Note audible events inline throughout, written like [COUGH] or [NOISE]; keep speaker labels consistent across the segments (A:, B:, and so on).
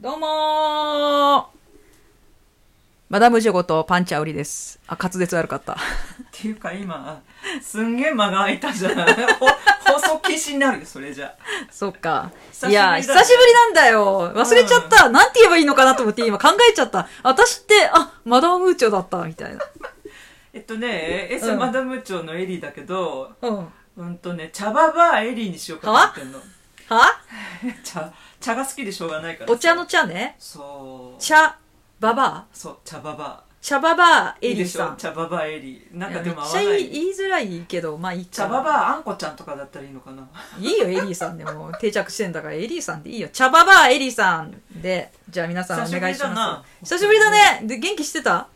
A: どうもーマダムジョゴとパンチャウリです。あ、滑舌悪かった。
B: っていうか今すんげえ間が空いたじゃないほ細消しになるよそれじゃ
A: [LAUGHS] そっか。
B: 久しぶ
A: い
B: りだ
A: や、久しぶりなんだよ。忘れちゃった。なんて言えばいいのかなと思って今考えちゃった。私って、あ、マダムーチョだった、みたいな。
B: えっとねエ
A: う
B: ス
A: ん
B: マダム長のエリーだけど
A: うん。
B: うんとね茶葉バーエリーにしようかなってんの
A: は
B: 茶茶が好きでしょうがないから
A: お茶の茶ね。
B: そう
A: 茶、ババア
B: そう茶葉バ
A: 茶ババア
B: ー
A: エリーさ
B: いい
A: ん。
B: でしょ茶葉バーエリーなんか
A: い
B: で
A: やめ
B: も
A: っ
B: 合
A: ちゃ
B: わない
A: い言いづらいけど、まあいいか
B: 茶葉バーあんこちゃんとかだったらいいのかない
A: いよ、エリーさんでも。定着してんだから、エリーさんでいいよ。茶ババアエリーさんで。じゃあ皆さんお願いします。久し
B: 久し
A: ぶ
B: ぶ
A: り
B: りだな
A: だね。で、元気してた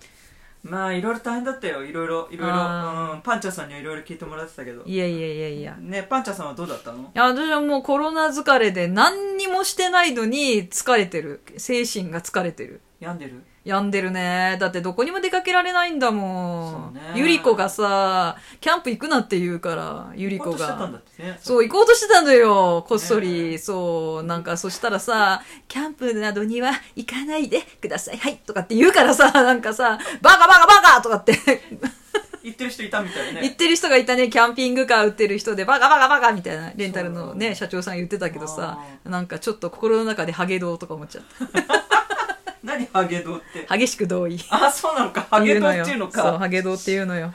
B: まあいろいろ大変だったよいろいろいろいろ、
A: あ
B: うん、パンチャさんにはいろいろ聞いてもらってたけど
A: いやいやいやいや。
B: ねパンチャさんはどうだった
A: い
B: の
A: や、私はもうコロナ疲れで何にもしてないのに疲れてる。精神が疲れてる。
B: 病んでる
A: 病んでるね。だってどこにも出かけられないんだもん。
B: そうね
A: ゆり子がさ、キャンプ行くなって言うから、ゆり子
B: 行こうとしてたん
A: が
B: だっ。てね
A: そう、行こうとしてたのよ、こっそり。
B: ねえ
A: そう、なんか、そしたらさ、キャンプなどには行かないでください。はい、とかって言うからさ、 [LAUGHS] なんかさ、バカバカバカとかって [LAUGHS]
B: 行ってる人いたみた
A: 言
B: い
A: っ
B: ね
A: てる人がいたね、キャンピングカー売ってる人で、バカバカバカみたいな、レンタルの
B: そ
A: ね、
B: う
A: 社長さん言ってたけどさ、なんかちょっと心の中でハゲドウとか思っちゃっ
B: 何ハゲドウって
A: た。激しく同意。
B: あそうなのかハゲドウっていうの
A: そう、
B: か
A: ハゲドウっていうのよ。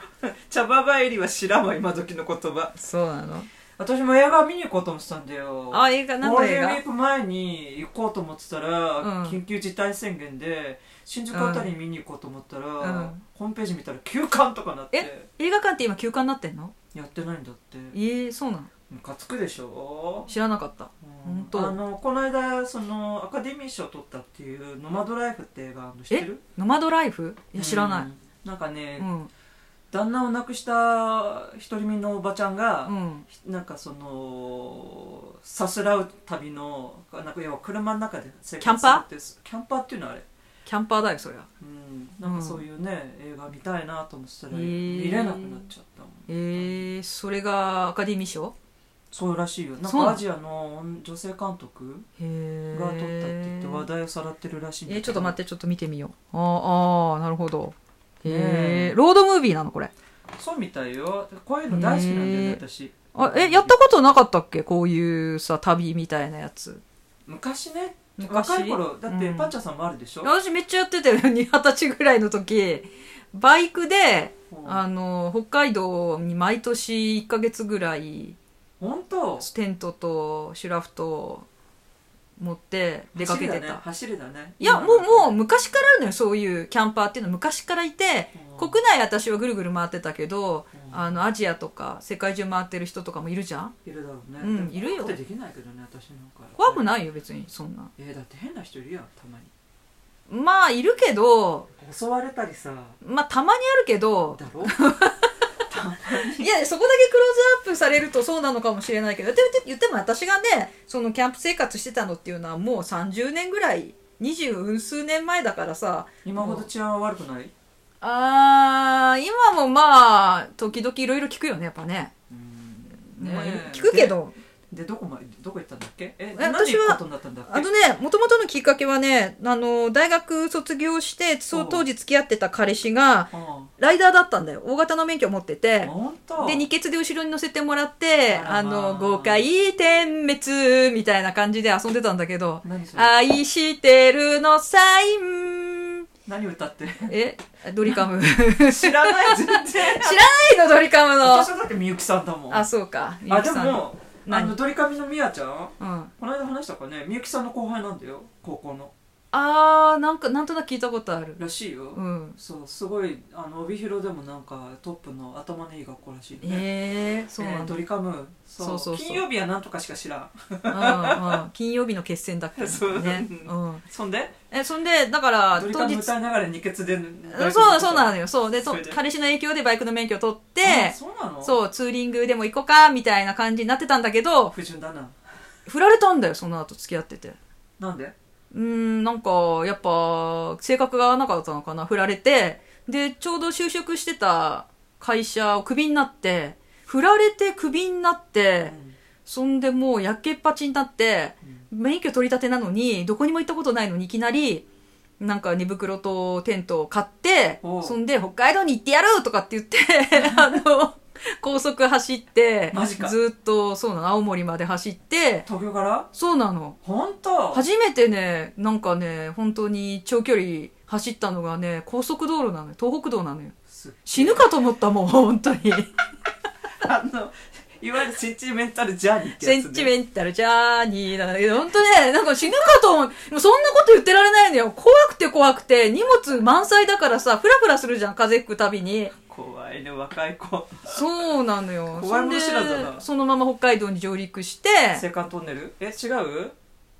B: 茶葉バエリは知らんわ今時の言葉
A: そうなの。
B: 私も映画見に行こうと思ってたんだよ
A: あ映画何の
B: ゴールデ
A: 映
B: ンウ
A: 画
B: ィーク前に行こうと思ってたら、
A: うん
B: 緊急事態宣言で新宿あたりに見に行こうと思ったら、
A: ん
B: ホームページ見たら休館とかなって
A: え映画館って今休館になってんの
B: やってないんだって
A: えー、そうなの
B: ムカつくでしょ
A: 知らなかった。ほんと
B: あのこの間そのアカデミー賞取ったっていう「ノマドライフ」って映画あの知って
A: え
B: る
A: ノマドライフいや、知らな
B: う
A: い。
B: んなんかね、
A: うん。
B: 旦那を亡くした独り身のおばちゃんが、
A: うん。
B: なんかそのさすらう旅のなんか要は車の中で生活
A: キャンパー
B: するってキャンパーっていうのはあれ、
A: キャンパーだよ、そりゃ。
B: うん、なんかそういうね、映画見たいなと思ってたら、
A: へー
B: 見れなくなっちゃったもん
A: えー、それがアカデミー賞
B: そうらしいよなん
A: そうなの
B: かアジアの女性監督
A: へえ
B: が撮ったって言って話題をさらってるらしいんだ
A: え
B: け
A: ー
B: ど
A: ちょっと待って、ちょっと見てみよう。あーあー、なるほど。へ
B: ね
A: え
B: え
A: ロードムービーなの、これ。
B: そうみたいよこういうの大好きなんだよ
A: へ
B: ね
A: ー
B: 私
A: あ、え、やったことなかったっけこういうさ、旅みたいなやつ。
B: 昔ね
A: 昔
B: 若い頃だって
A: うん
B: パンチャさんもあるでしょ、
A: 私めっちゃやってたよ。二十歳ぐらいの時。バイクで、
B: うん
A: あの、北海道に毎年1ヶ月ぐらい、
B: 本当
A: テントとシュラフと持って出かけてた。
B: 走りだね
A: いや、もう、もう昔からあるのよ、そういうキャンパーっていうのは昔からいて、
B: うん
A: 国内私はぐるぐる回ってたけど、
B: うん
A: あの、アジアとか世界中回ってる人とかもいるじゃん
B: いるだろうね、
A: うん
B: でも
A: いるよ
B: 怖くてできないけどね私なんか
A: 怖く
B: い
A: ないよ、別に、そんな。
B: えーだって変な人いるやんたまに
A: まあ、いるけど、
B: 襲われたりさ
A: まあ、たまにあるけど、
B: だろ
A: いや、そこだけ
B: たま
A: クローズアップされるとそうなのかもしれないけど、でも言っても私がね、そのキャンプ生活してたのっていうのはもう30年ぐらい、二十数年前だからさ、
B: [LAUGHS] 今ほど治安は悪くない、
A: あー、今もまあ、時々いろいろ聞くよね、やっぱね。
B: うん
A: まあ
B: ねえ
A: 聞くけど、
B: ででどこまでどこ行ったんだっけえ
A: 私は
B: 何で行くことになったんだっけ
A: あのね、もともとのきっかけはね、あの、大学卒業して、そう当時付き合ってた彼氏が、
B: あ
A: ライダーだったんだよ。大型の免許を持ってて。
B: 本当
A: で、二血で後ろに乗せてもらって、
B: あらまあ
A: あの、豪快点滅みたいな感じで遊んでたんだけど、
B: 何それ
A: 愛してるのサイン。
B: 何歌
A: [LAUGHS]
B: って
A: えドリカ [LAUGHS] ム。
B: 知らない全然
A: 知らないのドリカムの
B: [LAUGHS] 私。はだってみゆきさんだもん
A: あ、そうか。み
B: あ
A: ゆき
B: で
A: さん
B: もあ
A: 何
B: のドリカミのみやちゃん
A: うん。
B: この間話したかねみゆきさんの後輩なんだよ高校の
A: あー、なんか、なんとなく聞いたことある。
B: らしいよ、
A: うん。
B: そうすごいあの帯広でもなんかトップの頭のいい学校らしいね、
A: えー、そう
B: え
A: な
B: ー
A: んだ
B: ド。リカムそう
A: そうそうそう
B: 金曜日はなんとかしか知らん
A: うんうん金曜日の決戦だっけ
B: [LAUGHS] そう
A: ね。うん。
B: そんで
A: え、 [LAUGHS] そんで、だから、
B: [LAUGHS] ドリ
A: 当
B: カム
A: 日、
B: 歌いながら二血で
A: うんそう、そうなの
B: よ
A: よ。そう。で、そ
B: それで
A: 彼氏の影響でバイクの免許を取って、
B: そうなのう
A: そう、ツーリングでも行こうか、みたいな感じになってたんだけど、
B: 不純だな
A: 振られたんだよ、その後付き合ってて。
B: なんで
A: うーん、なんか、やっぱ、性格が合わなかったのかな、振られて、で、ちょうど就職してた会社をクビになって、振られてクビになって、そんでもうやけっぱちになって、
B: うん
A: 免許取り立てなのにどこにも行ったことないのにいきなりなんか寝袋とテントを買って
B: おう
A: そんで北海道に行ってやるとかって
B: [LAUGHS]
A: 言ってあの高速走って
B: マジか
A: ずっとそうなの青森まで走って
B: 東京から
A: そうなの
B: 本当
A: 初めてねなんかね本当に長距離走ったのがね高速道路なのよ東北道なのよ
B: す [LAUGHS]
A: 死ぬかと思ったもん本当に。
B: あのいわゆるセンチメンタルジャーニーって
A: セ
B: や
A: ン
B: つ
A: チ
B: ね
A: メンタルジャーニーなんだけど、ほんとね、なんか死ぬかと思う。もうそんなこと言ってられないのよ。怖くて怖くて、荷物満載だからさ、ふらふらするじゃん、風吹くたびに。
B: 怖いね若い子
A: そうなのよ。
B: 怖いもの知らずだな
A: そんでそのまま北海道に上陸して、
B: 青函トンネルえ違う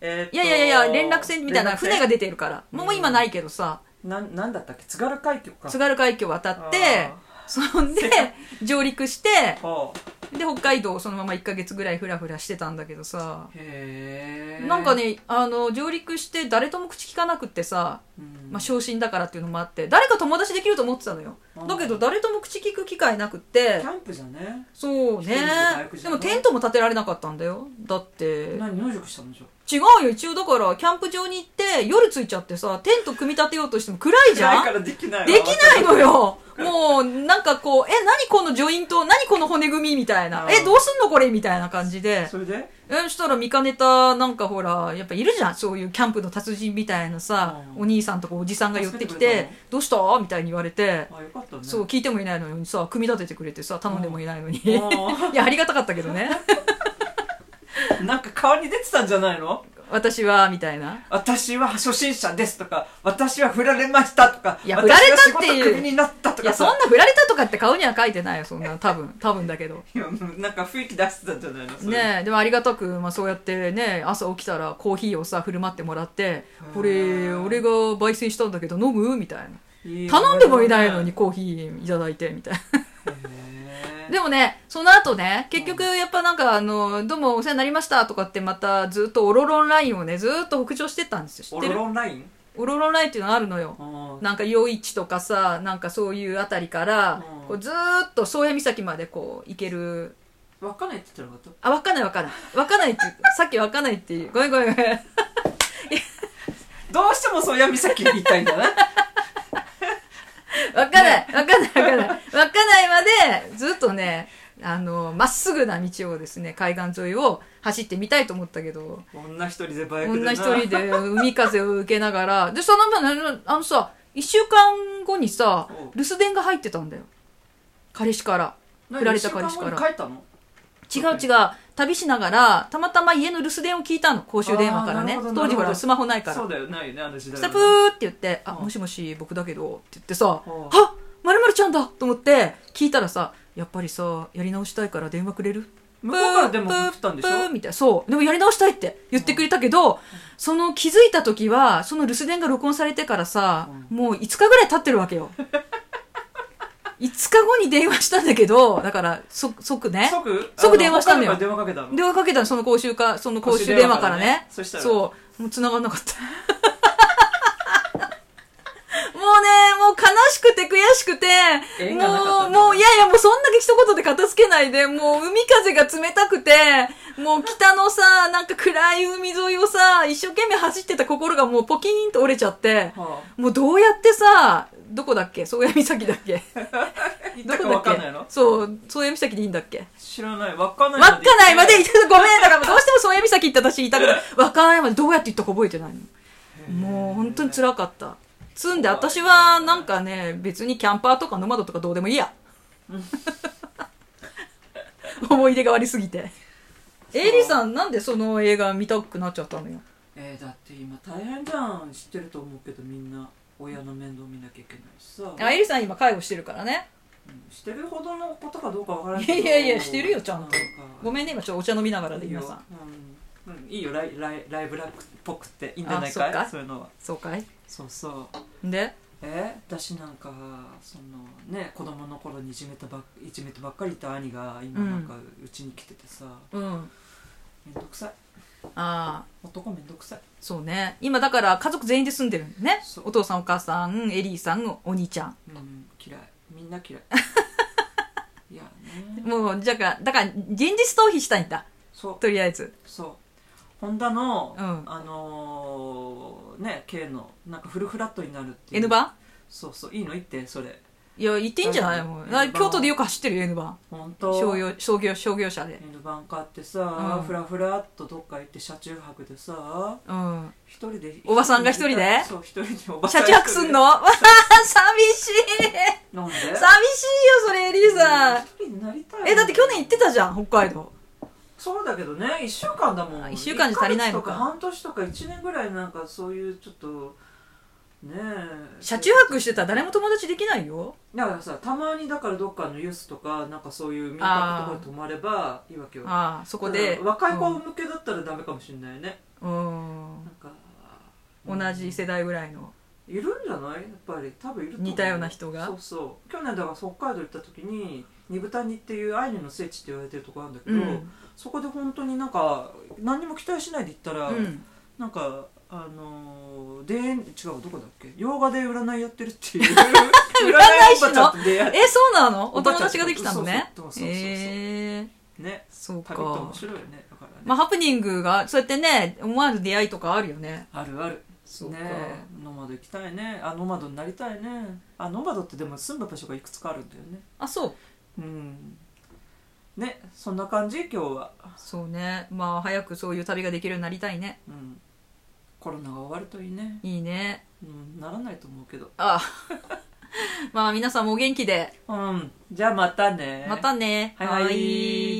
B: えーっと
A: いやいやいや、連絡船みたいな
B: 連絡
A: 船が出てるから。もう今ないけどさ、
B: なんなんだったっけ津軽海峡か
A: 津軽海峡渡って、そんで
B: 世界、
A: 上陸して、
B: あーあ
A: で、北海道をそのまま1ヶ月ぐらいふらふらしてたんだけどさ。
B: ーへえ
A: なんか、ね、あの、上陸して誰とも口聞かなくってさ、
B: うん
A: まあ、昇進だからっていうのもあって誰か友達できると思ってたのよ
B: あー
A: だけど誰とも口利く機会なくっ
B: キ
A: て
B: ャンプじゃね
A: そうね
B: 一人じゃ大工じ
A: で
B: ゃな
A: も
B: い
A: テントも建てられなかったんだよだって
B: 何野宿したのじゃ
A: 違うよ一応だからキャンプ場に行って夜着いちゃってさテント組み立てようとしても暗いじゃ
B: ない
A: ん
B: からできないわ
A: できないのよもうなんかこうえ何このジョイント何この骨組みみたいな
B: あー
A: えどうすんのこれみたいな感じで
B: それで
A: えそしたら見かねたなんかほらやっぱいるじゃんそういうキャンプの達人みたいなさ、
B: うん
A: お兄さんとかおじさんが寄ってき
B: 助けてくれ
A: て
B: たの
A: 「どうした?」みたいに言われて、
B: あよかったね
A: そう聞いてもいないのにさ組み立ててくれてさ頼んでもいないのに、い
B: あ
A: やありがたかったけど
B: [LAUGHS]
A: ね
B: ー [LAUGHS] なんか顔に出てたんじゃないの
A: 私はみたいな
B: 私は初心者ですとか私は振られましたとか
A: いや
B: 私は
A: 振られたっていう
B: 仕事クビになったと
A: いや
B: か
A: そんな振られたとかって顔には書いてないよそ
B: [LAUGHS]
A: んな多分多分だけど
B: いやもうなんか雰囲気出してたんじゃないのそれ
A: ねえでもありがたく、まあ、そうやってね朝起きたらコーヒーをさ振る舞ってもらって「これ
B: うん
A: 俺が焙煎したんだけど飲む?」みたいな頼
B: 頼
A: んでもいないのにコーヒーいただいてみたいな。でもね、その後ね、結局やっぱなんかあの、どうもお世話になりましたとかってまたずっとオロロンラインをね、ずっと北上してったんですよ。知
B: オ
A: って
B: ロ
A: る
B: ロンライン
A: オロロンラインっていうのがあるのよ。
B: あー
A: なんか余市とかさ、なんかそういうあたりから
B: うん、
A: こうずーっと宗谷岬までこう行ける。
B: わかんないって言ってなかっ
A: あ、わかんないわかんない。わかんないって言 [LAUGHS] った、さっきわかんないって言う。ごめんごめんごめん。
B: たどうしてもそうや岬に行きたいんだね [LAUGHS]
A: わかんない、わかんない、わかんない。わかんないまで、ずっとね、あの、まっすぐな道をですね、海岸沿いを走ってみたいと思ったけど、
B: 女一人でバイクで
A: 女
B: な
A: 一人で海風を受けながら、で、その分、あのあのさ、一週間後にさ
B: お、
A: 留守電が入ってたんだよ。彼氏から。振られた彼氏から
B: 何一週間後に帰ったの
A: 違う違う、旅しながら、たまたま家の留守電を聞いたの、公衆電話から
B: あ
A: ね
B: ーなるほ。ど
A: 当時ほ
B: なるほ
A: ら、
B: ど
A: スマホないから
B: そう。だよないよねあの時
A: そ
B: 代
A: し
B: は
A: たら
B: ね
A: プーって言って、あ、
B: うん
A: もしもし、僕だけど、って言ってさ、
B: うん
A: あマるちゃんだと思って、聞いたらさ、やっぱりさ、やり直したいから電話くれる
B: 向こうからでも振ったんでしょ
A: プーみたいな。そう。でもやり直したいって言ってくれたけど、その気づいた時は、その留守電が録音されてからさ、もう5日ぐらい経ってるわけよ。5日後に電話したんだけど、だから、そ、即ね。
B: 即
A: 即電話したんだよ
B: あ北海道から電話かけたの
A: 電話かけたの、その公衆か、その公衆電話からね。
B: 公衆電話からねそしたら
A: そう。もう繋がんなかった。 [LAUGHS] もうね、もう悲しくて悔しくて、
B: 縁がなかった
A: もう、
B: んだ
A: もう、いやいや、もうそんだけ一言で片付けないで、もう海風が冷たくて、もう北のさ、なんか暗い海沿いをさ、一生懸命走ってた心がもうポキーンと折れちゃって、
B: は
A: もうどうやってさ、どこだっけ宗谷岬だっけ
B: あ行っ
A: ど
B: た
A: こ
B: か
A: だ
B: わ
A: っ
B: かんないの
A: けそう、宗谷岬でいいんだっけ
B: 知らない稚内
A: 稚内まで行
B: 行
A: ってた、ごめん、だからどうしても宗谷岬行った私言いたくない。稚内までどうやって行ったか覚えてないの。もう本当に辛かった。つんで、私はなんかね、別にキャンパーとかノマドとかどうでもいいや。思い出が悪すぎて。エイリさん、なんでその映画見たくなっちゃったのよ。
B: えーだって今大変じゃん知ってると思うけどみんな親の面倒見なきゃいけないしさ、
A: あエイリさん今介護してるからね。
B: うんしてるほどのことかどうかわからない
A: いやいやいやしてるよちゃんとご
B: ん
A: めんね、今ちょっとお茶飲みなが
B: から
A: で、
B: いいよ
A: 皆さん。
B: うんうんいいよライライライブラックっぽくていいんじゃないかい
A: あそっか
B: そういうのは
A: そうかい
B: そうそうん
A: で
B: え私なんかそのね子供の頃にいじめたばっいじめてばっかりいた兄が今なんかうちに来ててさ、
A: うん。
B: めんどくさい
A: ああー。
B: 男めんどくさい
A: そうね。今だから家族全員で住んでるのね
B: そ。う
A: お父さんお母さん、エリーさん、お兄ちゃん。
B: うん嫌いみんな
A: [LAUGHS]
B: 嫌いいやね
A: もう、じゃあ、だから現実逃避したいんだ。
B: そう
A: とりあえず。
B: そうホンダの、
A: うん
B: あのーね軽のなんかフルフラットになるっていう
A: N バ
B: そうそういいの言ってそれ
A: ーいや、行っていいんじゃないもう。だから京都でよく走ってるよ、N バ
B: 本
A: ー。
B: 当
A: 商業、商業、商業車で。
B: N バン買ってさ、
A: うん
B: フラフラっとどっか行って車中泊でさ
A: うん。
B: 一人で
A: おばさんが一人で
B: そう一人でおばさ
A: 車中
B: ん
A: 泊すん
B: [LAUGHS]
A: のわあ寂しい
B: なんで
A: 寂しいよ、それ、エリーさん。
B: 一人になりたい
A: え、だって去年行ってたじゃん、北海道。
B: そうだけどね1週間だも
A: あ
B: ん
A: 一週間じゃ足りないのか
B: 一ヶ月と半年とか1年ぐらいなんかそういうちょっとねえ
A: 車中泊してたら誰も友達できないよ。
B: だからさたまにだからどっかのユースとかなんかそういう民泊とかに泊まればいいわけよ
A: ああ、そこ
B: た
A: で。
B: だ若い子向けだったらダメかもしれないね、
A: うん。うん
B: なんか
A: 同じ世代ぐらいの。
B: いるんじゃないやっぱり多分いると思
A: 似たような人が
B: そうそう去年だから北海道行った時に二豚煮っていうアイヌの聖地って言われてるとこあるんだけ
A: う
B: ど、
A: ん。
B: そこで本当になんか何にも期待しないで行った
A: う
B: ら、
A: ん。
B: なんかあのー、で違うどこだっけ洋画で占いやってるっ
A: [LAUGHS]
B: ていう占い
A: 師の
B: おばちゃんと出会って
A: え、そうなのお
B: おば
A: 友
B: ちゃん
A: 達ができたのね
B: そう。そうそうそう
A: ええ。
B: ね
A: そう
B: 旅って面
A: か。
B: 白いよねだからね、
A: まあ、ハプニングが、そうやってね、思わぬ出会いとかあるよね。
B: あるある
A: そうか
B: ねえノマド行きたいねあノマドになりたいねあノマドってでも住んだ場所がいくつかあるんだよね
A: あ、そう。
B: うんねそんな感じ今日は、
A: そうね。まあ、早くそういう旅ができるようになりたいね。
B: うん、コロナが終わるといいね、
A: いいね。
B: うん、ならないと思うけど
A: [LAUGHS] ああ。まあ、皆さんもお元気で。
B: うんじゃあまたね
A: またね。
B: はいはい